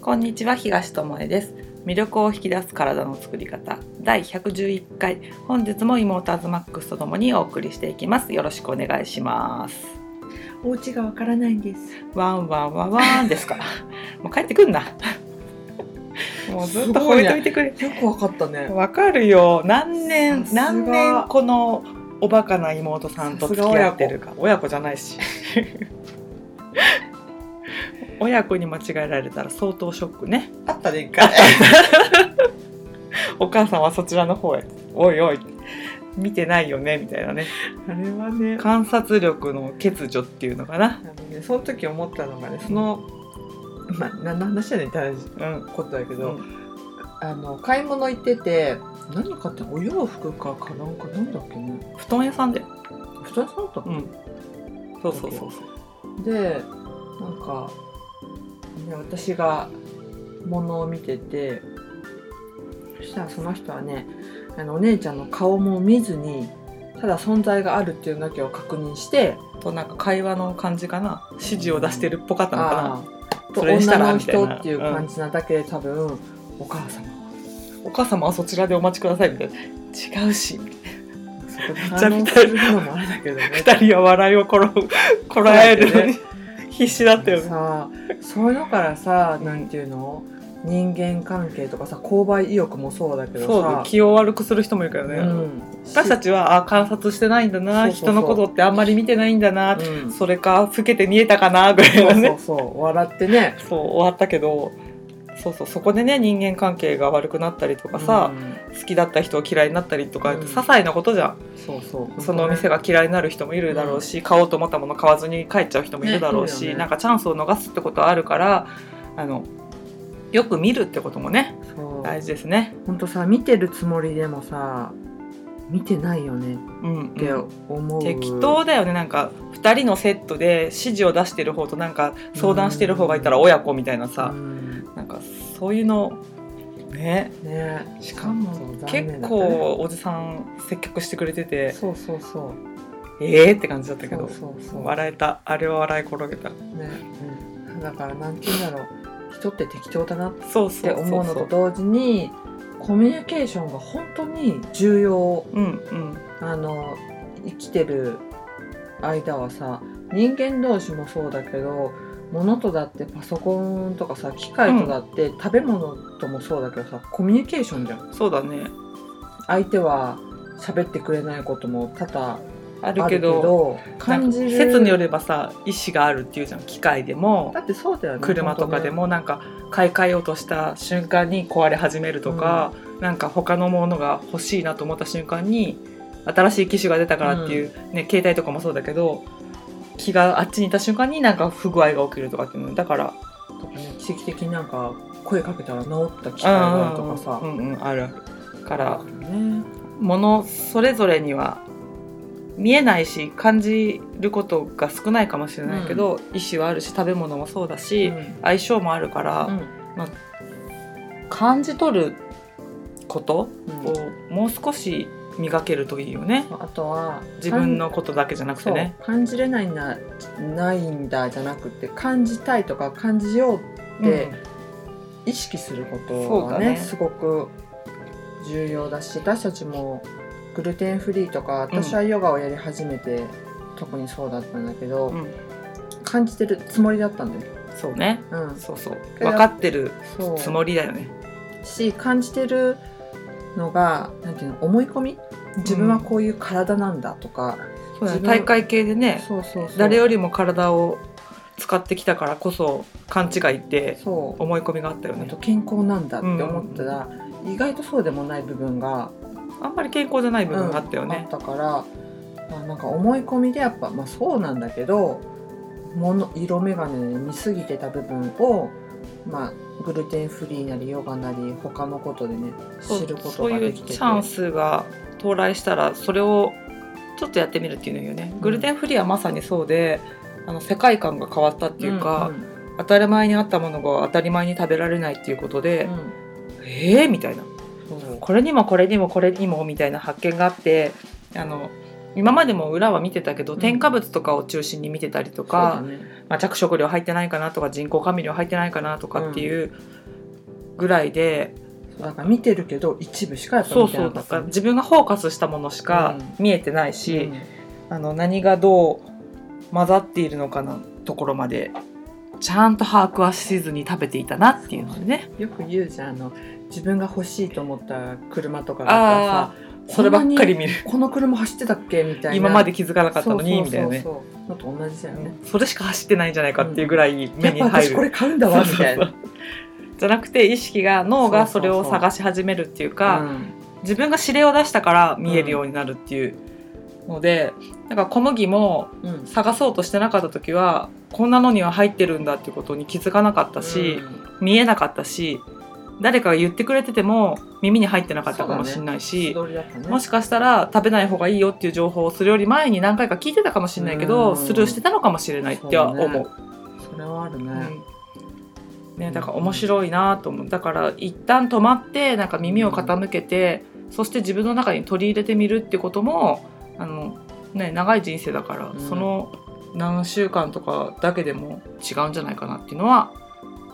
こんにちは東智恵です魅力を引き出す体の作り方第111回本日もイモーターズマックスとともにお送りしていきますよろしくお願いしますお家がわからないんです。ワンワンワンワンですか もう帰ってく んなもうずっすとご吠いえねといてくれよくわかったね。わかるよ何年さすが何年このおバカな妹さんと付き合ってるか親子じゃない し親子に間違えられたら相当ショックねあったね一回。お母さんはそちらの方へおいおい見てないよねみたいなねあれはね。あ観察力の欠如っていうのかなのねその時思ったのがねそのまあ何の話やねんって話うんことだけうど、んあの買い物行ってて何買ったのお洋服かかなんかなんだっけね。布団屋さんだよ布団屋さんだったのうんそうそうそうそうでなんか、ね、私が物を見ててそしたらその人はねあのお姉ちゃんの顔も見ずにただ存在があるっていうのだけを確認してとなんか会話の感じかな指示を出してるっぽかったのかな、ああとそれにした女らのみたいな人っていう感じなだけで多分、お母様お母様はそちらでお待ちくださいみたいな違うしそこでちゃ反見応たいするのもあれだけどね二人は笑いをこら こらえるのに必死だったよねさあそういうのからさなんていうの人間関係とかさ購買意欲もそうだけどさそうだよ気を悪くする人もいるからね、うん、私たちはあ観察してないんだなそうそうそ人うのことってあんまり見てないんだな、うんそれか老けて見えたかなぐらいそはうそねうそう笑ってねそう終わったけどそうそうそこでね人間関係が悪くなったりとかさ、うん好きだった人を嫌いになったりとか、うん些細なことじゃん、そうそうそのお店がが嫌いになる人もいるだろうし、買おうと思ったもの買わずに帰っちゃう人もいるだろうし、ねいるよねなんかチャンスを逃すってことはあるからあのよく見るってこともねそう大事ですね。本当さ見てるつもりでもさ見てないよねうんうんって思う、適当だよねなんか2人のセットで指示を出してる方となんか相談してる方がいたら親子みたいなさ、うんなんかそういうのねねしかもそう残結念だったね構おじさん接客してくれててそうそうそうええー、って感じだったけそどうそうそう笑えたあれは笑い転げたね、うん、だからなんて言うんだろう人って適当だなっそうそてうそう思うのそとう同時にコミュニケーションが本当に重要うんうんあの生きてる間はさ人間同士もそうだけど物とだってパソコンとかさ機械とだって、食べ物ともそうだけどさコミュニケーションじゃんそうだね相手は喋ってくれないことも多々あるあけるけどどなん感かじる説によればさ意思があるっていうじゃん機械でもだってそうだよね車とかで本もなんか買い替えようとした瞬間に壊れ始めるとか、なんか他のものが欲しいなと思った瞬間に新しい機種が出たからっていう、ね携帯とかもそうだけど気があっちにいた瞬間になんか不具合が起きるとかっていうのだから当ねとかね奇跡的になんか声かけたら治った機会があるとかさ、うんうん、あるかだらからねものそれぞれには見えないし感じることが少ないかもしれないけど、意思はあるし食べ物もそうだし、相性もあるから、うん感じ取ることうをんもう少し磨けるといいよねあとは自分のことだけじゃなくてそうね感じれないんだないんだじゃなくて感じたいとか感じよううんで意識することそうだがねねすごく重要だし私たちもグルテンフリーとかうん私はヨガをやり始めて、特にそうだったんだけど、うん感じてるつもりだったんだよ、そうねうん、そうそうけど分かってるそうつもりだよねし感じてるのがなんていうの思い込み自分はこういう体なんだとか、そうだね自分大会系でねそうそうそう誰よりも体を使ってきたからこそ勘違いってそう思い込みがあったよあねと健康なんだって思ったら、意外とそうでもない部分が、あんまり健康じゃない部分うんがあったよね、あったから、まあ、なんか思い込みでやっぱ、まあ、そうなんだけどもの色眼鏡で見すぎてた部分を、まあ、グルテンフリーなりヨガなり他のことでねそう知ることそうがいでうきててチャンスが到来したらそれをちょっとやってみるっていうのいいよね、んグルテンフリーはまさにそうであの世界観が変わったっていうか、んん当たり前にあったものが当たり前に食べられないっていうことで、うんえー、みたいなそうこれにもこれにもこれにもみたいな発見があってあの今までも裏は見てたけど、うん添加物とかを中心に見てたりとそうだか、ねまあ、着色料入ってないかなとか人工甘味料入ってないかなとかっていうぐらいで、そうだから見てるけど一部しかやっぱそう見てそなうかだっかたら自分がフォーカスしたものしか見えてないし、うんあの何がどう混ざっているのかのところまでちゃんと把握はしずに食べていたなっていうのでねよく言うじゃんあの自分が欲しいと思った車とかがああったらさそればっかり見るこんなにこの車走ってたっけみたいな今まで気づかなかったのにみたいなねそうそうそうそうのと同じだよね、それしか走ってないんじゃないかっていうぐらい目やっにぱ入私る、これ買うんだわみそうたいなそうそうじゃなくて意識が脳がそそうれそうそうを探し始めるっていうかうん自分が指令を出したから見えるようになるっていうので、なんか小麦もうん探そうとしてなかった時はこんなのには入ってるんだっていうことに気づかなかったし、見えなかったし誰かが言ってくれてても耳に入ってなかったかもしれないし、素通りだったねもしかしたら食べない方がいいよっていう情報をするより前に何回か聞いてたかもしれないけど、うんスルーしてたのかもしれないっては思う。それはあるね、うんね、だから面白いなと思うだから一旦止まってなんか耳を傾けて、そして自分の中に取り入れてみるってこともあの、ね、長い人生だから、うんその何週間とかだけでも違うんじゃないかなっていうのは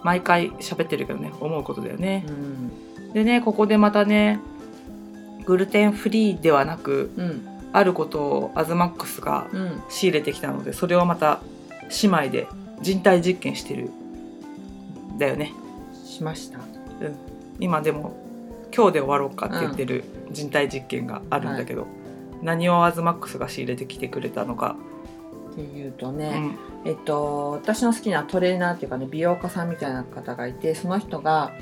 毎回喋ってるけどね思うことだよね。うんでねここでまたねグルテンフリーではなくうんあることをアズマックスがうん仕入れてきたのでそれをまた姉妹で人体実験してるだよねしました今でも今日で終わろうかって言ってる人体実験があるんだけど、何をアズマックスが仕入れてきてくれたのか、っていうとうね、んえっと私の好きなトレーナーっていうかね美容家さんみたいな方がいてその人が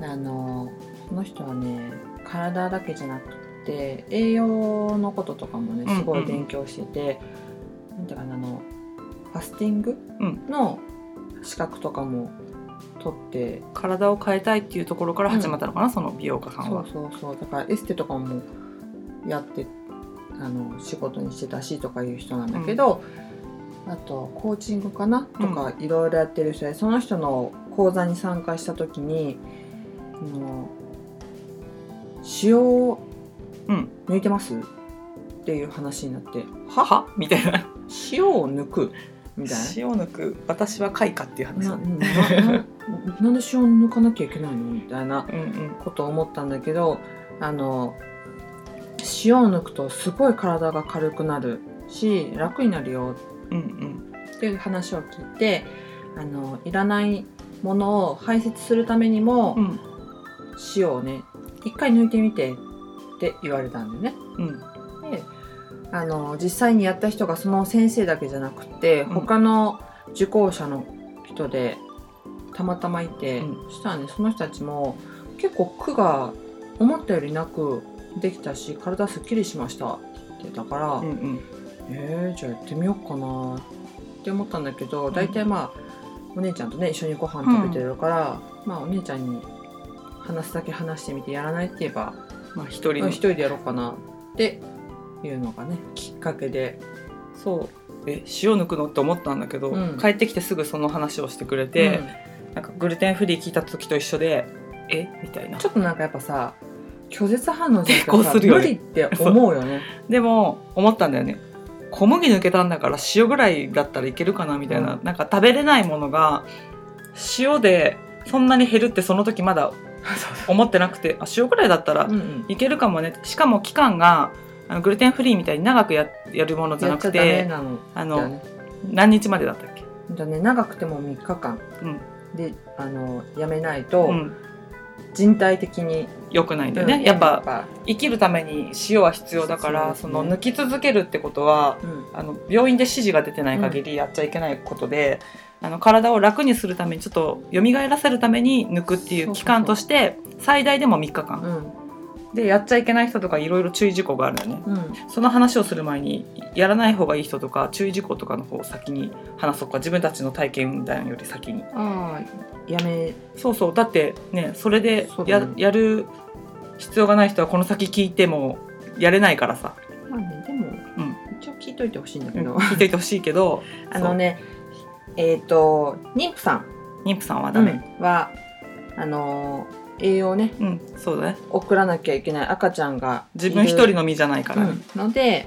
あのその人はね体だけじゃなくて栄養のこととかもうんうねんすごい勉強してて、なんていうかなあのファスティングうんの資格とかも取って体を変えたいっていうところから始まったのかな、その美容家さんそうは。そうそうだからエステとかもやってあの仕事にしてたしとかいう人なんだけど、あとコーチングかなとかいろいろやってる人で、その人の講座に参加した時にあの塩をうん抜いてます、っていう話になって母みたいな塩を抜くみたいな。塩抜く私は開花っていう話なだね。なななんで塩を抜かなきゃいけないのみたいなうんうんことを思ったんだけどあの塩を抜くとすごい体が軽くなるし楽になるようんうんっていう話を聞いてあのいらないものを排泄するためにも、うん塩をね一回抜いてみてって言われたんだよね。うんであの実際にやった人がその先生だけじゃなくてうん他の受講者の人でたまたまいて、うそしたらねその人たちも結構苦が思ったよりなくできたし体すっきりしましたって言ってたから、うんうんえー、じゃあやってみようかなって思ったんだけど大体まあ、お姉ちゃんとね一緒にご飯食べてるから、まあお姉ちゃんに話すだけ話してみてやらないって言えばまあ一人うんの一人でやろうかなっていうのがねきっかけでそうえ塩抜くのって思ったんだけど、うん帰ってきてすぐその話をしてくれて、で、なんかグルテンフリー聞いた時と一緒でえみたいなちょっとなんかやっぱさ拒絶反応じゃなくて抵抗するよね無理って思うよねでも思ったんだよね小麦抜けたんだから塩ぐらいだったらいけるかなみたいな、うなんか食べれないものが塩でそんなに減るって その時まだ思ってなくてあ塩ぐらいだったらうんうんいけるかもねしかも期間があのグルテンフリーみたいに長くややるものじゃやなっちゃくダメてなのあだのよね何日までだったっけ、ほんとね長くても3日間うんであのやめないとうん、人体的に、よくないんだようんねやっぱぱ、生きるために塩は必要だから必そ,、要ですねの抜き続けるってことはうんあの病院で指示が出てない限りやっちゃいけないことで、あの体を楽にするためにちょっと蘇らせるために抜くっていそううそう期間として最大でも3日う間んでやっちゃいけない人とかいろいろ注意事項があるのねうん、その話をする前にやらない方がいい人とか注意事項とかの方を先に話そうか自分たちの体験談より先にああやめそうそうだってねそれでそうだや,、ねやる必要がない人はこの先聞いてもやれないからさ、まあねでも、ん一応聞いといてほしいんだうけんど、聞いていてほしいけどあのねえっ、と妊婦さん妊婦さんはダメ、はあのー栄養をねうんそうだね送らなきゃいけない赤ちゃんがいる自分一人の身じゃないから、うんので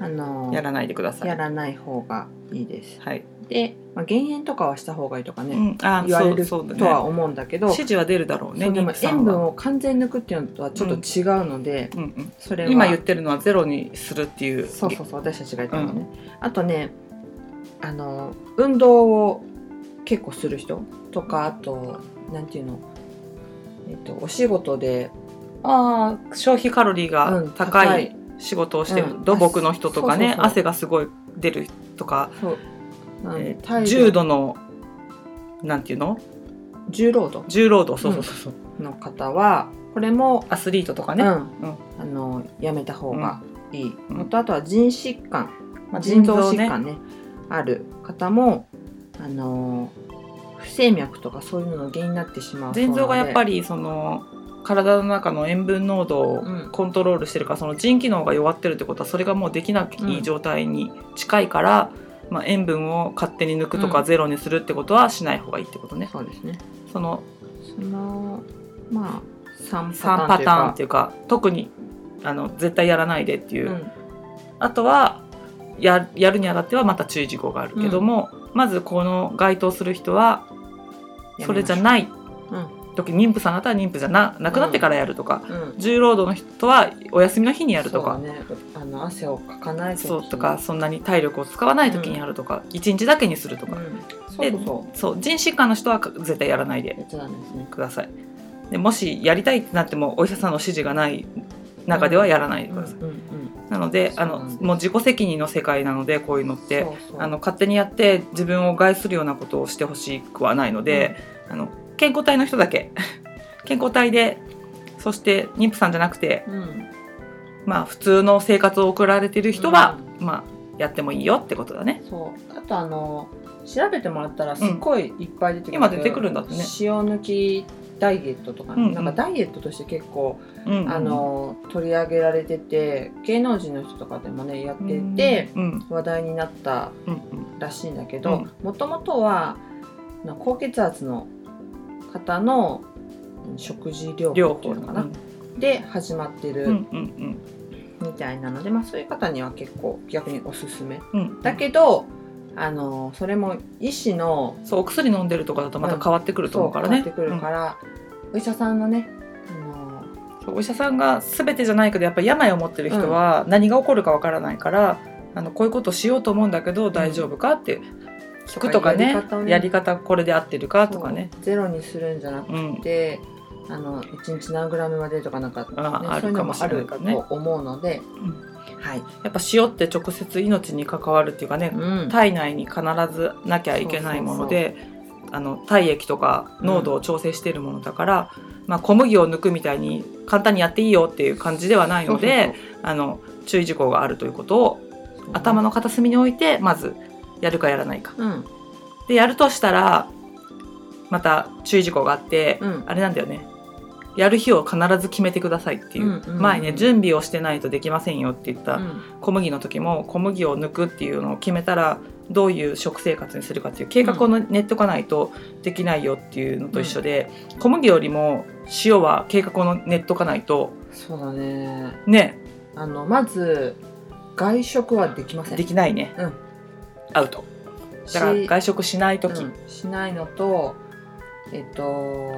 あのーやらないでくださいやらない方がいいです。はい、で、まあ、減塩とかはした方がいいとかね、うん、あ言われるそうそうとだはね思うんだけど指示は出るだろうねそうでも妊婦さ塩んは分を完全に抜くっていうのとはちょっと違うので、うんうんそれは今言ってるのはゼロにするっていうそうそうそう私たちが言ったのね、あとねあの運動を結構する人とかあとなんていうの、えっとお仕事で、ああ消費カロリーがうん高い仕事をしてるうん土木の人とかねそうそうそう汗がすごい出るとかそうなのでえー体力重度のなんていうの重労働重労働そうそうそうそう、の方はこれも、アスリートとかね、うんんあのやめた方がいい、うんあとあとは腎疾患まあ腎臓腎臓ね疾患ねある方もあの不整脈とかそういうのの原因になってしまう腎臓がやっぱり、りその体の中の塩分濃度をうんコントロールしてるから、その腎機能が弱ってるってことはそれがもうできなういん状態に近いから、まあ、塩分を勝手に抜くとか、うんゼロにするってことはしない方がいいってことねそうですねそのそのまあ3 3パパタターンーンっとていうか特にあの絶対やらないでってい、いううかあとはややるにあたってはまた注意事項があるけども、まずこの該当する人はうんそれじゃないうん時妊婦さんだったら妊婦じゃななくなってからやるとか、うん重労働の人はお休みの日にやるとかそうだねあの汗をかかないそうとかそんなに体力を使わない時にやるとか、一日だけにするとうか、んそうそうそそう腎疾患の人は絶対やらないでうやつなんですねくださいでもしやりたいってなってもお医者さんの指示がない中ではやらないでください、うんうんなのでそあうなのんですもう自己責任の世界なのでこういうのってそうそうあの勝手にやって自分を害するようなことをしてほしくはないので、あの健康体の人だけ 健康体でそして妊婦さんじゃなくて、うんまあ、普通の生活を送られてる人は、まあ、やってもいいよってことだね。そうあとあの調べてもらったらすっごいいっぱい出てくる、今出てくるんだってね塩抜きダイエットとか、うんうんなんかダイエットとして結構、うんあの取り上げられてて芸能人の人とかでもねやってて、、うん話題になったうんうんらしいんだけどもともとはあの高血圧の方のうん食事療両法ってい方うのかな、うんで始まってうんるうんみたいなので、まあ、そういう方には結構逆におすすめうんうんだけどあのそれも医師のそうお薬飲んでるとかだとまた変わってくると思うから変わねってくるから、お医者さんのねあのうんそうお医者さんが全てじゃないけどやっぱり病を持ってる人は何が起こるかわからないから、あのこういうことしようと思うんだけど大丈夫かって聞くとかねややりり方方をねこれで合ってるかとかねそうゼロにするんじゃなくうんてあの1日何グラムまでとかなんか、ね、ああそういうるのかももあしれなるいからねと思うので、んはい、やっぱ塩って直接命に関わるっていうかね、うん体内に必ずなきゃいけないものであの体液とか濃度を調整しているものだから、まあ、小麦を抜くみたいに簡単にやっていいよっていう感じではないのであの注意事項があるということをそうそうそう頭の片隅に置いてまずやるかやらないか。うんでやるとしたらまた注意事項があって、うんあれなんだよねやる日を必ず決めてくださいっていう,、うんうんうん前ね準備をしてないとできませんよって言ったうん小麦の時も小麦を抜くっていうのを決めたらどういう食生活にするかっていう計画を練っとかないとできないよっていうのと一緒で、小麦よりも塩は計画を練っとかないとそうだねねあのまず外食はできませんできないね、うんアウトしだから外食しない時、うんしないのとえっ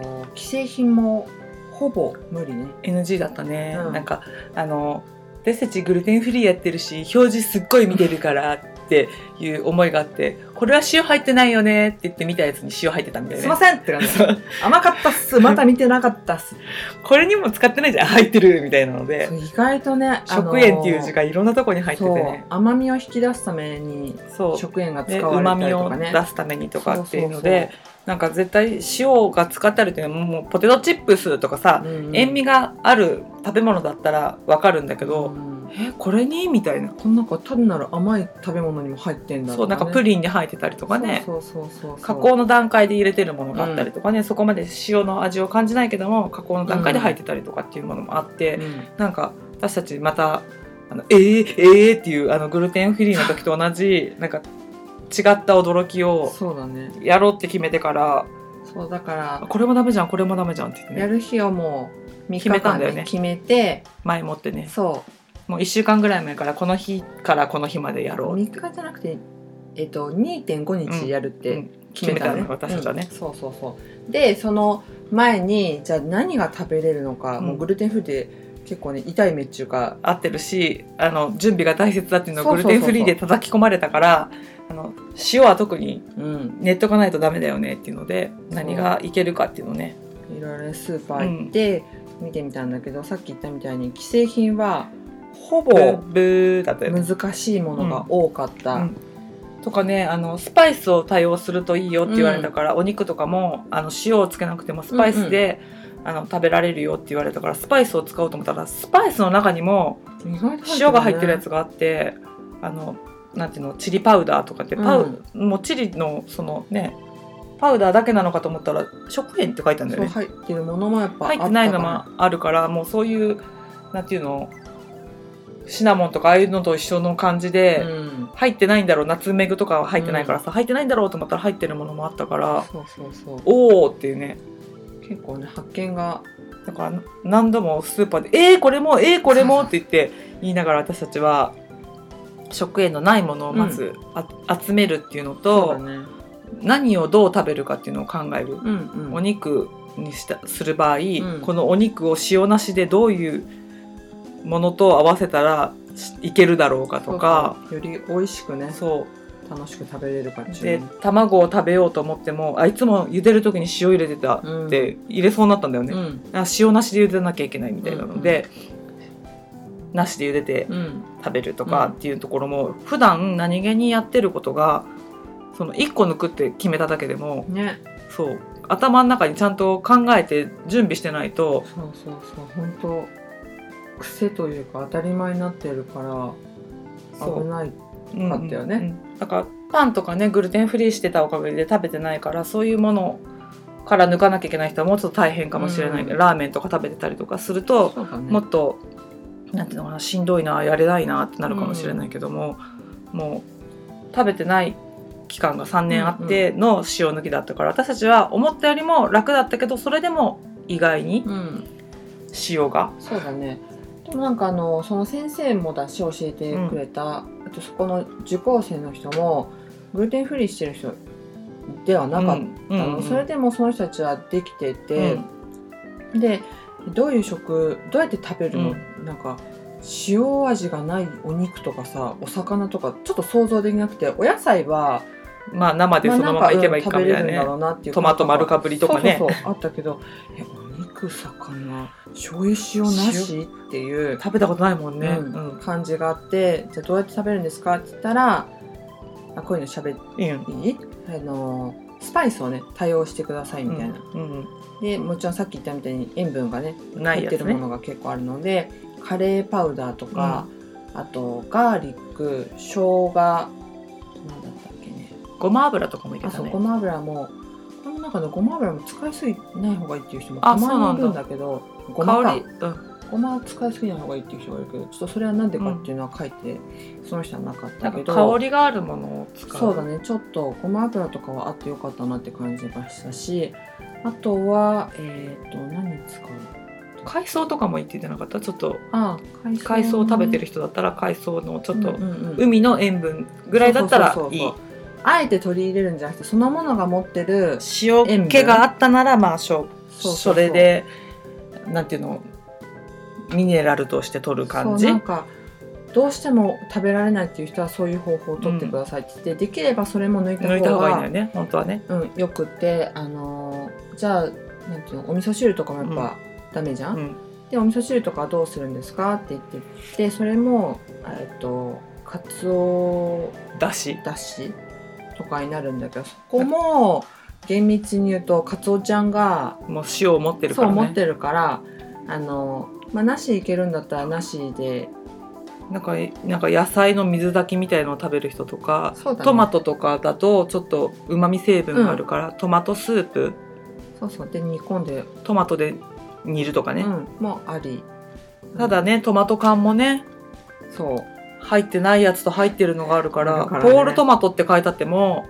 と既製品もほぼ無理ね NG だったね、うんなんかあの私たちグルテンフリーやってるし表示すっごい見てるからっていう思いがあってこれは塩入ってないよねって言って見たやつに塩入ってたみたいな、すいませんって感じそう甘かった っすまた見てなかったっすこれにも使ってないじゃん入ってるみたいなのでそう意外とね食塩っていう字ががいろんなとこに入っててね甘みを引き出すためにそう食塩が使でわうれまたりみとをかね出すためにとかっていうのでなんか絶対塩が使ってあるっていうのはもうポテトチップスとかさ、塩味がある食べ物だったらわかるんだけけど、えこれにみたいなこんなんか単なる甘い食べ物にも入ってんだそうなんかプリリンに入ってたりとかねそうそうそうそう加工の段階で入れてるものがあったりとかね、そこまで塩の味を感じないけども加工の段階で入ってたりとかっていうものもあって、うんなんか私たちまたあのえー、えー、っていうあのグルテンフリーの時と同じなんか違った驚きをそうだねやろうって決めてからそうだからこれもダメじゃんこれもダメじゃんって言ってやねる日をもう3決め日た間んだよねで決めて前もってねそもう1週間ぐらい前からこの日からこの日までやうろう3日じゃなくてえっと2.5日やるって決めたのね、うんうん決めたね私たちはねうんそうそうそうでその前にじゃあ何が食べれるのか、うんもうグルテンフリーで結構ね痛い目っちゅうか合ってるしあの準備が大切だっていうのをそうグそうルテそうそうンフリーで叩き込まれたからあの塩は特にうん練っとかないとダメだよねっていうので何がいけるかっていうのをねいろいろねスーパー行って見てみたんだけど、さっき言ったみたいに既製品はほブーぼブーだったよね難しいものが多かった、うんとかねあのスパイスを対応するといいよって言われたから、お肉とかもあの塩をつけなくてもスパイスで、あの食べられるよって言われたからスパイスを使おうと思ったらスパイスの中にも意外と塩が入ってるやつねがあってあのなんていうのチリパウダーとかってパウ、もうチリのそのねパウダーだけなのかと思ったら食塩って書いたんだよそうね入ってるものもやっぱあっ入たってないのもあるからもうそういうなんていうのシナモンとかああいうのと一緒の感じで、うん、入ってないんだろうナツメグとかは入ってないからさ、入ってないんだろうと思ったら入ってるものもあったからそうそうそうおおっていうね結構ね発見がだから何度もスーパーで「えー、これもえー、これも」って言 って言いながら私たちは食塩のないものをまずあ、集めるっていうのとね何をどう食べるかっていうのを考える、うんうんお肉にしたする場合、んこのお肉を塩なしでどういうものと合わせたらいけるだろうかとかそうそうより美味しくねそう楽しく食べれるかっていでうね卵を食べようと思ってもあいつも茹でる時に塩入れてたうんって入れそうになったんだよね、うんあ塩なしで茹でなきゃいけないみたいなので、なしで茹でてうん食べるとかっていうところも、普段何気にやってることがその1個抜くって決めただけでもねそう頭の中にちゃんと考えて準備してないとそうそうそう本当癖というか当たり前になってるからそう危ないああったよねだからパンとかねグルテンフリーしてたおかげで食べてないからそういうものから抜かなきゃいけない人はもうちょっと大変かもしれないけど、うんラーメンとか食べてたりとかすると、そうだねもっとなんていうのかなしんどいなやれないなってなるかもしれないけども、もう食べてない期間が3年あっての塩抜きだったから、私たちは思ったよりも楽だったけどそれでも意外にうん塩が、そうだねでもなんかあのその先生もだし教えてくれた、あとそこの受講生の人もグルテンフリーしてる人ではなかったの、うんうんそれでもその人たちはできてて、うんでどういう食どうやって食べるの、なんか塩味がないお肉とかさお魚とかちょっと想像できなくてお野菜は、まあ、生でまあそなのんまかまういんけばいいか食べみれたいるなんだね、ろうなっていうトマト丸かぶりとかねそうそうそうあったけどえお肉魚醤油塩なしっていう食べたことないもんね、うんうん感じがあってじゃあどうやって食べるんですかって言ったらあこういうのしゃべっていいよねいいあのスパイスをね多用してくださいみたいな、うんでもちろんさっき言ったみたいに塩分がねうん、ない入っやてつるねものが結構あるので、カレーパウダーとか、あとガーリック生姜なんだったっけねごま油とかもいけあたそうねごま油もこの中でごま油も使いすぎない方がいいっていう人もあたまにいそるうんなだけどごま香かり、うん、ごま使いすぎない方がいいっていう人がいるけどちょっとそれは何でかっていうのは書いて、その人はなかっなたけんどか香りがあるものを使うそうだねちょっとごま油とかはあってよかったなって感じましたしあとはえっ、と何使う海藻とかも言っててなかったちょっとあ海海藻を食べてる人だったら海藻のちょっと、うんうんうん海の塩分ぐらいだったらそうそういそいうそうあえて取り入れるんじゃなくてそのものが持ってる塩気があったならまあしょそうそうそそうれでなんていうのミネラルとして取る感じそうなんかどうしても食べられないっていう人はそういう方法を取ってくださいって言って、できればそれも抜いた抜いた方方がいいんがだよね本当はねうん、よくてあのーじゃあなんていうのお味噌汁とかもやっぱダメじゃん、うんでお味噌汁とかはどうするんですかって言ってでそれもえっとかつおだしだしとかになるんだけどそこも厳密に言うとかつおちゃんがもう塩を持ってるかそうら思っねてるからあの、まあ、なしいけるんだったらなしでなんかなんか野菜の水炊きみたいのを食べる人とかそうだねトマトとかだとちょっとうまみ成分があるから、トマトスープそうそうで煮込んで、トマトで煮るとかうね、ん、もありただねトマト缶もねそう入ってないやつと入ってるのがあるからあるからねポールトマトって書いてあっても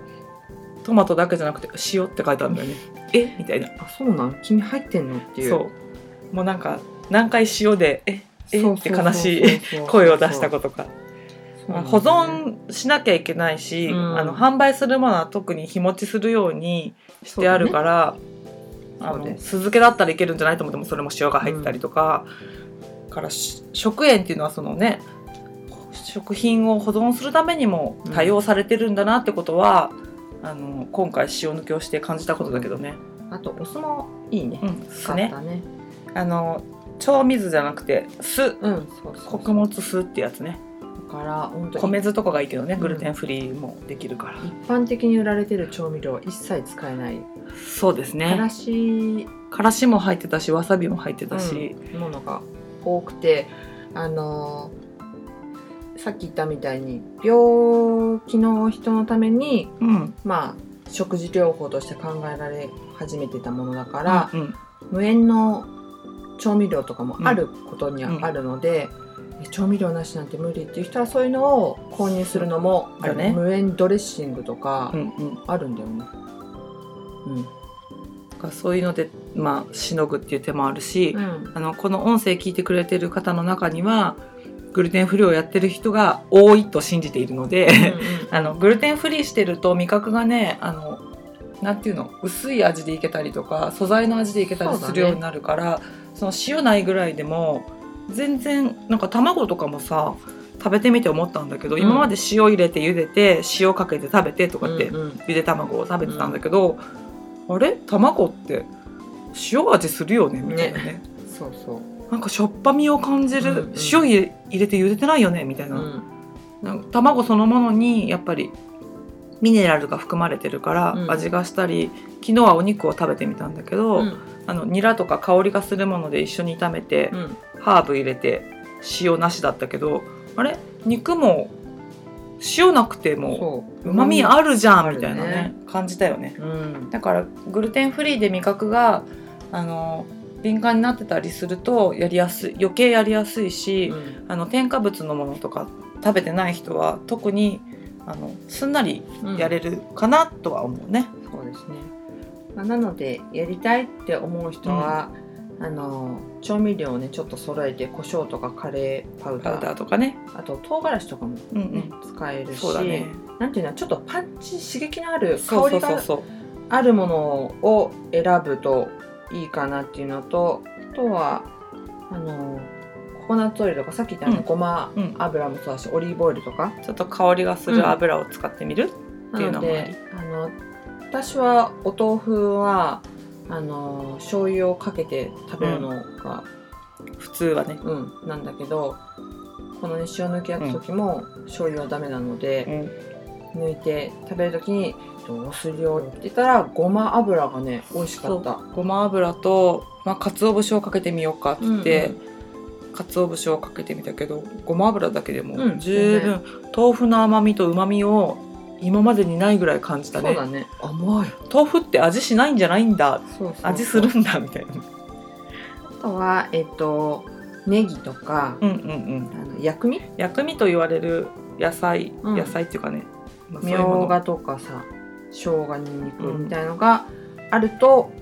トマトだけじゃなくて塩って書いてあるんだよねえみたいなあそうなん君入ってんのっていうそうもうなんか何回塩でええそうそうそうそうって悲しい声を出したことかまあ保存しなきゃいけないし、うんあの販売するものは特に日持ちするようにしてあるから、あそうのです酢漬けだったらいけるんじゃないと思ってもそれも塩が入ってたりとか、からし食塩っていうのはそのね食品を保存するためにも多用されてるんだなってことは、あの今回塩抜きをして感じたことだけどね。あとお酢もいいねう。ん、酢使っねたね。あの調味酢じゃなくて酢うん、そうそう穀物酢ってやつねだから本当に米酢とかがいいけどねうんグルテンフリーもできるから、一般的に売られてる調味料は一切使えない。そうですからねしからしも入ってたしわさびも入ってたし、ものが多くて、あのーさっき言ったみたいに病気の人のためにうんうんまあ食事療法として考えられ始めてたものだから、うん無塩の調味料とかもあることにはあるので、え調味料なしなんて無理っていう人はそういうのを購入するのもあるだね無塩ドレッシングとかうんうん、だあるんだよね。からそういうのでまあしのぐっていう手もあるしう、ん、 あのこの音声聞いてくれてる方の中にはグルテンフリーをやってる人が多いと信じているので、あのグルテンフリーしてると味覚がねあのなんていうの薄い味でいけたりとか素材の味でいけたりそうだすねるようになるからそ,、の塩ないぐらいでも全然なんか卵とかもさ食べてみて思ったんだけど、うん今まで塩入れて茹でて塩かけて食べてとかって、うんうんゆで卵を食べてたんだけど、あれ卵って塩味するよねみたいなねそうそう、なんかしょっぱみを感じる、うんうん塩入れ入れて茹でてないよねみたいな、うんなんか卵そのものにやっぱりミネラルが含まれてるからうん味がしたり、昨日はお肉を食べてみたんだけど、うんあのニラとか香りがするもので一緒に炒めて、うんハーブ入れて塩なしだったけどあれ肉も塩なくてもそううまみあるじゃんみたいなねある感じたよねうんだからグルテンフリーで味覚があの敏感になってたりするとやりやすい余計やりやすいし、うんあの添加物のものとか食べてない人は特にあのすんなりうんやれるかなとは思うね。そうですね、まあ、なのでやりたいって思う人は、あの調味料をねちょっと揃えて胡椒とかカレーパウパダウーダーとかね。あと唐辛子とかもね、うんうん。使えるしそうだね。なんていうのちょっとパンチ刺激のあるそ香うそりうそうがそう。あるものを選ぶといいかなっていうのとあとはあのココナッツオイルとかさっき言ったね、うんごまうん油もそうだしオリーブオイルとかちょっと香りがする油を使ってみる。っなていうののもありであの私はお豆腐はあの醤油をかけて食べるのが、普通はね。うんなんだけどこのね塩抜きやった時も醤油はダメなのうで、ん。抜いて食べる時にどうするよって言ったらごま油がね美味しかった。ごま油とまあ鰹節をかけてみようかって言って、鰹節をかけてみたけど、ごま油だけでうもん十分、豆腐の甘みと旨味を今までにないぐらい感じたそうね。だね甘い豆腐って味しないんじゃないんだ。そうそうそう味するんだみたいな。あとはえっとネギとか、うんうんうん。あの薬味薬味と言われる野菜、うん野菜っていうかね、まあそうみいうもょのうがとかさ生姜にんにくみたいのがあると、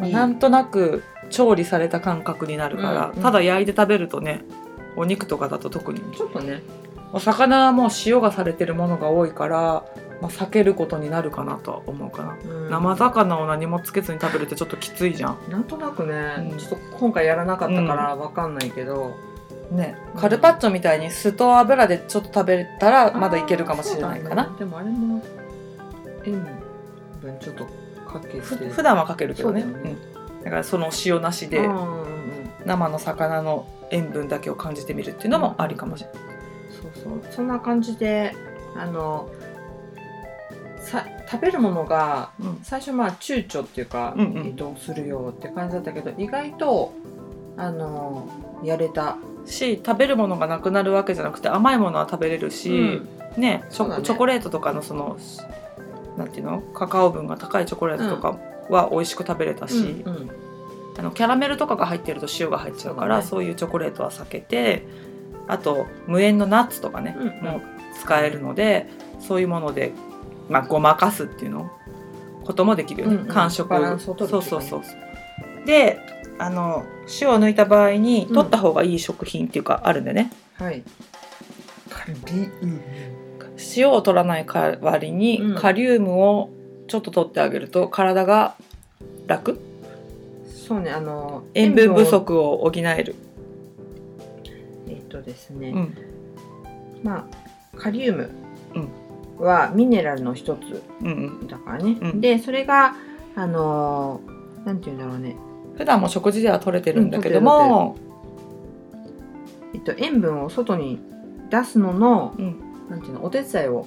まあいいなんとなく調理された感覚になるから、うんうんただ焼いて食べるとねお肉とかだと特にちょっとねお魚はもう塩がされてるものが多いから、まあ、避けることになるかなとは思うかな、生魚を何もつけずに食べるってちょっときついじゃんなんとなくね、うんちょっと今回やらなかったからわかんないけど、ねうんカルパッチョみたいに酢と油でちょっと食べれたらまだいけるかもしれないかな、そうだねでもあれも塩分ちょっとかけてふ普段はかけるけどねそうだよねうん、だからその塩なしで、うんうんうん生の魚の塩分だけを感じてみるっていうのもありかもしれない。そうそうそんな感じであのさ食べるものがうん最初まあ躊躇っていうか、うんうんえっとするよって感じだったけど意外とあのやれたし食べるものがなくなるわけじゃなくて甘いものは食べれるし、うんねチそうだョねチョコレートとかのそのなんていうのカカオ分が高いチョコレートとかは美味しく食べれたし、うんうんあのキャラメルとかが入ってると塩が入っちゃうからそそう,、いうチョコレートは避けてあと無塩のナッツとかね、うんうんもう使えるのでそういうもので、まあ、ごまかすっていうのこともできるよね、うんうん感触バランスを取るそうっていうかそうそねうそうであの塩を抜いた場合にうん取った方がいい食品っていうかあるんでね、はいカビウ塩を取らない代わりに、うんカリウムをちょっと取ってあげると体が楽そうねあの塩分不を足を補える、えっとですね、うんまあカリウムはミネラルの一つうんだからね、うんでそれがあのーなんて言うんだろうねうん、普段も食事では取れてるんだけども、えっと、塩分を外に出すのの、うんなんていうのお手伝いを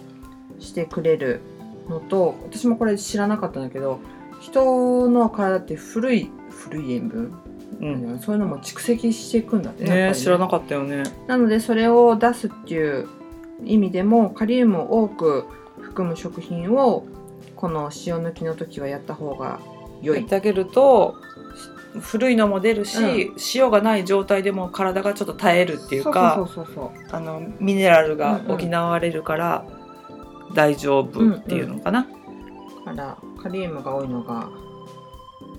してくれるのと私もこれ知らなかったんだけど人の体って古い古い塩分、うんそういうのも蓄積していくんだってやっねぱり知らなかったよねなのでそれを出すっていう意味でもカリウムを多く含む食品をこの塩抜きの時はやった方が良言いってあげるとし古いのも出るし、塩がない状態でも体がちょっと耐えるっていうかそうそうそうそうあのミネラルが補われるから大丈夫っていうのかな、そうからカリウムが多いのが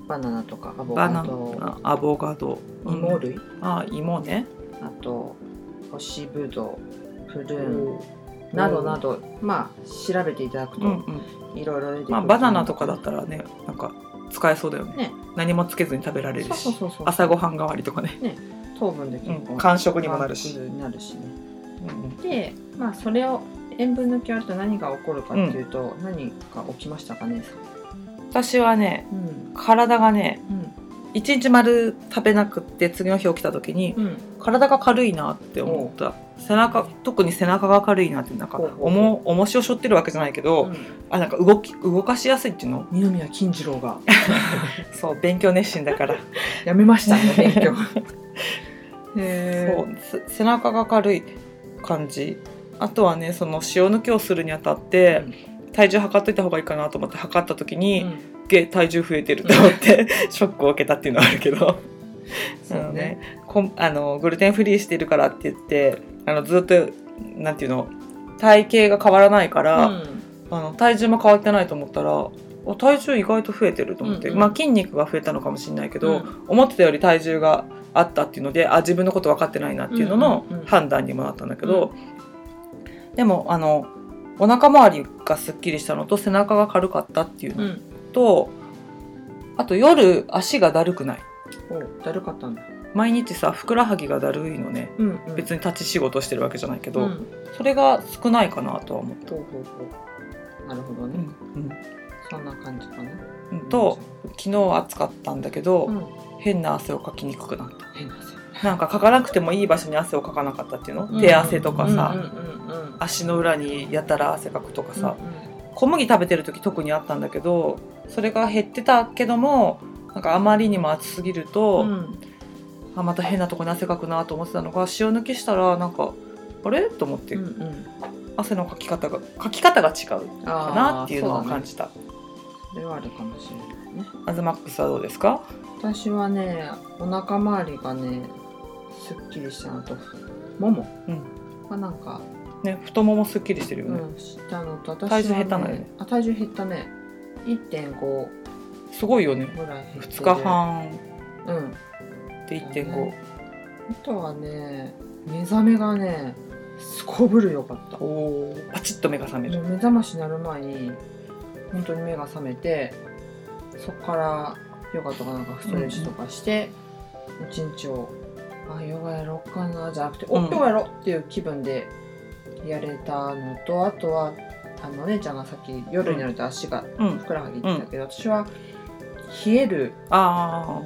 バナナとかアボバカナドナアボカド芋うん類、あ芋ねあと干しぶどうプルーンなどなど、まあ調べていただくうんうとんいろいろ出てくる、まあ、バナナとかだったらねなんか使えそうだよねね何もつけずに食べられるしそうそうそうそう朝ごはん代わりとかね、糖分で結う構ん、間食にもなるし、満腹になるしねうんでまあそれを塩分抜きをやると何が起こるかっていうと、何が起きましたかね私はねうん体がねうん一日丸食べなくって次の日起きた時にうん体が軽いなって思った背中特に背中が軽いなってなんかほうほうほう重重しを背負ってるわけじゃないけど、あなんか動き動かしやすいっていうの二宮金次郎がそう勉強熱心だからやめました ね勉強 へそうせ背中が軽い感じあとはねその塩抜きをするにあたって、体重測っといた方がいいかなと思って測った時うに、んげ体重増えてると思って ショックを受けたっていうのはあるけど そうあのねねこんあのグルテンフリーしてるからって言ってあのずっとなんていうの体型が変わらないから、うんあの体重も変わってないと思ったらあ体重意外と増えてると思って、うんうんまあ、筋肉が増えたのかもしれないけど、うん思ってたより体重があったっていうのであ自分のこと分かってないなっていうののうんうんうん判断にもなったんだけど、でもあのお腹周りがすっきりしたのと背中が軽かったっていううのんと、あと夜足がだるくないおだるかったんだ毎日さふくらはぎがだるいのねうんうん別に立ち仕事してるわけじゃないけど、うんそれが少ないかなとは思った。ほうほうほうなるほどね、そんな感じかなうんうんと、昨日は暑かったんだけど、うん、変な汗をかきにくくなった変な汗なんかかかなくてもいい場所に汗をかかなかったっていうの、うん手汗とかさ、うんうんうん足の裏にやたら汗かくとかさ、うんうん小麦食べてる時特にあったんだけどそれが減ってたけどもなんかあまりにも暑すぎると、うんあまた変なとこに汗かくなと思ってたのが塩抜きしたらなんかあれと思って、うんうん汗のかき方がかき方が違うあかーなっていうのをそだ感ねじた、それはあるかもしれないねアズマックスはどうですか私はねお腹周りがねすっきりしたのとももがなんか、ね太ももすっきりしてるようね、ん、したのと私は、体ね、重減ったのよねあ体重減ったね1.5すごいよねぐらい減ってて2日半うんで1.5、あとはね目覚めがねすこぶるよかったおパチッと目が覚めもうる、目覚まし鳴る前に本当に目が覚めてそこからヨガとかなんかストレッチとかして一、日をあヨガやろうかなじゃなくて、おうんヨガやろうっていう気分でやれたのとあとはあのお姉ちゃんがさっき夜になると足がうんふくらはぎって言ったけど、私は冷えるあ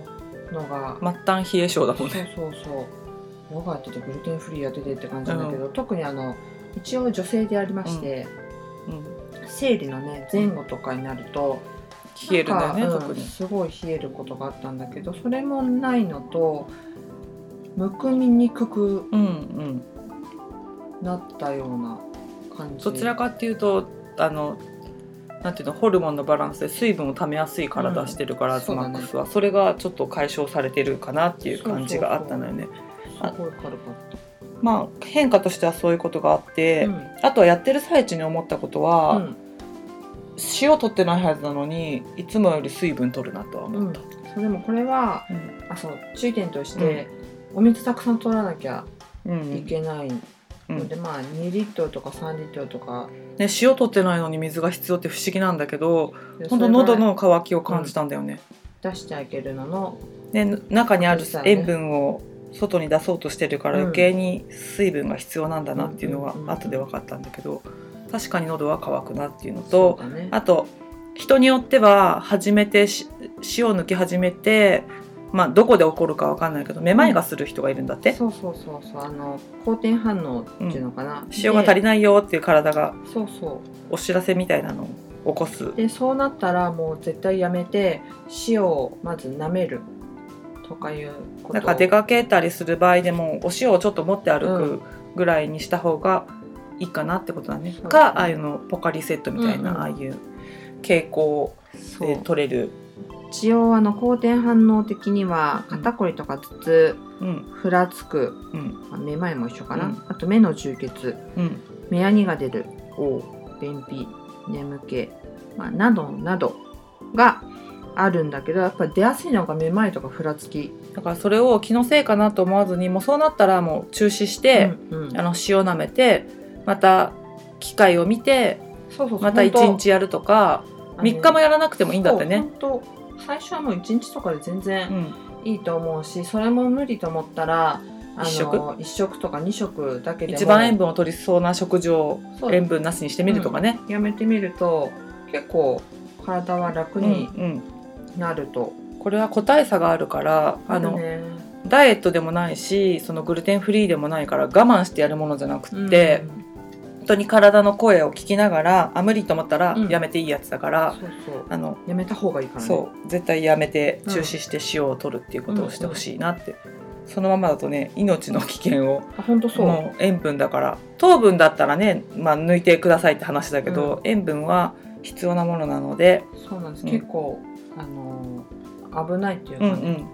のが、あ末端冷え性だもそんうねそうそうヨガやっててグルテンフリーやっててって感じなんだけど、特にあの一応女性でありまして。うん生理のね前後とかになると冷えるんだよね、なんか特うんにすごい冷えることがあったんだけどそれもないのとむくみにくくうんうんなったような感じどちらかっていうとあのなんていうのホルモンのバランスで水分を溜めやすい体してるから、うアんズマックスはそ,、れがちょっと解消されてるかなっていう感じがあったのよねすごい軽かったまあ変化としてはそういうことがあって、うんあとはやってる最中に思ったことは、うん塩取ってないはずなのにいつもより水分取るなとは思った、それもこれはうんあそう注意点として、お水たくさん取らなきゃうんいけないうんのでまあ2リットルとか3リットルとかね、塩取ってないのに水が必要って不思議なんだけど本当でそれぐら喉いの渇きを感じたんだよね。出してあげるののね中にあるそうだよね塩分を外に出そうとしてるからうん余計に水分が必要なんだなっていうのがうんうんうん後で分かったんだけど確かに喉は渇くなっていうのとそうだねあと人によっては初めてし塩を抜き始めて、まあ、どこで起こるか分かんないけどめまいがする人がいるんだって、そうそうそうそうあの好転反応っていうのかな、塩が足りなないよっていう体がいそうそお知らせみたいなのを起こすうでそうなったらもう絶対やめて塩をまず舐めるとかいうことだから出かけたりする場合でもお塩をちょっと持って歩うくぐらいにした方がいいかなってことだね。そうだねかああいうのポカリセットみたいな、うんうんああいう傾向そでう取れる、一応あの好転反応的には肩こりとか頭痛うんふらつく、うんまあめまいも一緒かな、うんあと目の充血うん、目やにが出るおう便秘眠気、まあ、などなどがあるんだけどやっぱ出やすいのがめまいとかふらつきだからそれを気のせいかなと思わずにもうそうなったらもう中止して、うんうんあの塩舐めてまた機械を見てそうそうまた1日やるとか3日もややらなくてもいいんだってね。最初はもう1日とかで全う然んいいと思うしそれも無理と思ったらあの一食一食とか2食だけでも一番塩分を取りそうな食事をそう塩分なしにしてみるとかね。やめてみると結構体は楽うん、にうんなると、これは個体差があるからあの、ねダイエットでもないしそのグルテンフリーでもないから我慢してやるものじゃなくて、本当に体の声を聞きながらあ無理と思ったらうんやめていいやつだかうんら、そうそうあのやめた方がいいからねそう絶対やめて中止して塩を取るっていうことをしてほしいなって、そのままだとね命の危険をあ本当そう、もう塩分だから糖分だったらね、まあ、抜いてくださいって話だけど、塩分は必要なものなので、そうなんです、うん結構あのー危ないっていうかうねんうん、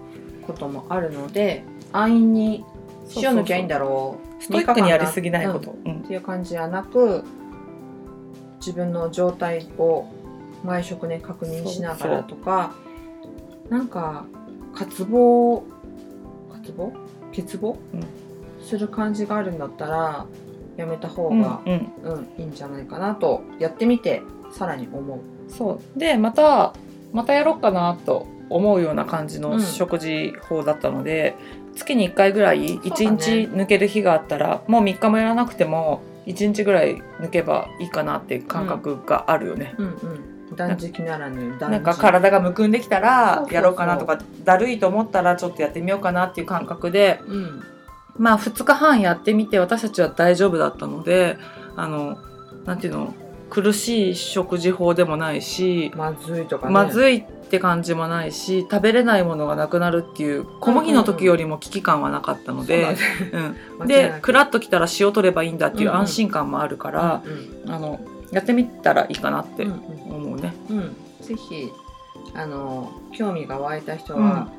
こともあるので安易にそうそう塩抜きゃいいんだろうストイックにやりすぎないこうと。うんんっていう感じじゃなく自分の状態を毎食ね確認しながらとかなんか渇望渇望欠乏、うんする感じがあるんだったらやめた方うんが、うんうんいいんじゃないかなとやってみてさらに思う。そうでまたまたやろうかなと思うような感じうのん食事法だったので、月に1回ぐらい1そうだね日抜ける日があったら、もう3日もやらなくても1日ぐらい抜けばいいかなっていう感覚があるよね。うんうん、断食ならぬ断食なんか体がむくんできたそうらそうそうやろうかなとかだるいと思ったらちょっとやってみようかなっていう感覚でうんまあ2日半やってみて私たちは大丈夫だったのであのなんていうの苦しい食事法でもないし、まずいとかねまいずいって感じもないし食べれないものがなくなるっていう小麦の時よりも危機感はなかったので、うん でクラッときたら塩取ればいいんだっていううんうん安心感もあるから、あのやってみたらいいかなってうんうん思うね。うんうん、ぜひあの興味が湧いた人は、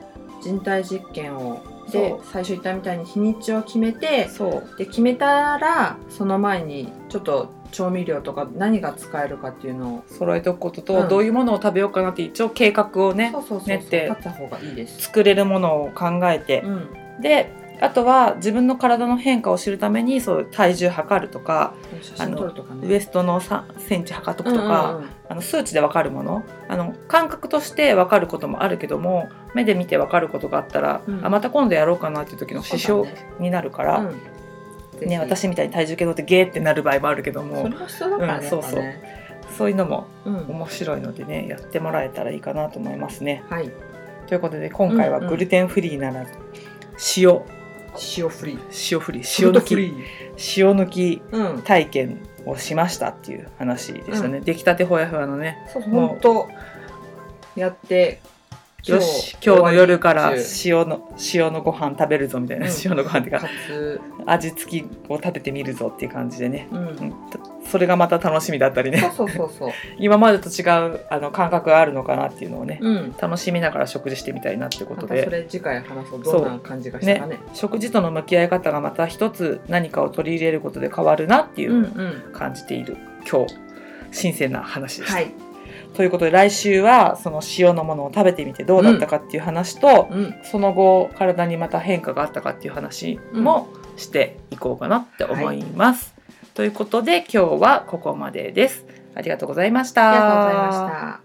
人体実験をでそう最初言ったみたいに日にちを決めてそうで決めたらその前にちょっと調味料とか何が使えるかっていうのを揃えておくことと、うんどういうものを食べようかなって一応計画をねそうそうそう練って立った方がいいです。作れるものを考えて、うんであとは自分の体の変化を知るためにそう体重測るとか、写真撮るとかね。ウエストの3センチ測っとくとか。うんうんうんあの数値で分かるものあの感覚として分かることもあるけども目で見て分かることがあったら、うんあまた今度やろうかなっていう時の指標そうだねになるから、ねうんぜひ私みたいに体重計乗ってゲーってなる場合もあるけどそもれも必要だからね。うんそうそうやっぱねそういうのもうん面白いのでねやってもらえたらいいかなと思いますね。はいということで今回はうんうんグルテンフリーなら、塩塩フリー。塩フリー塩抜きフリー塩抜きうん。体験をしましたっていう話でしたね。出来たてほやほやのねそうもう本当やってよし今日の夜からうん塩の塩のご飯食べるぞみたいな、うん塩のご飯っていうかかつ、味付きを食べてみるぞっていう感じでね、ううんん、たそれがまた楽しみだったりそね うそうそうそう、今までと違うあの感覚があるのかなっていうのをね、うん、楽しみながら食事してみたいなってこまとたそでれ次回話そうどんな感じがしたかね食事との向き合い方がまた一つ何かを取り入れることで変わるなっていううんのうんを感じている、今日新鮮な話でした。はい、ということで来週はその塩のものを食べてみてどうだったかっていう話と、うん、その後体にまた変化があったかっていう話もしていこうかなって思います。ということで今日はここまでです。ありがとうございました。ありがとうございました。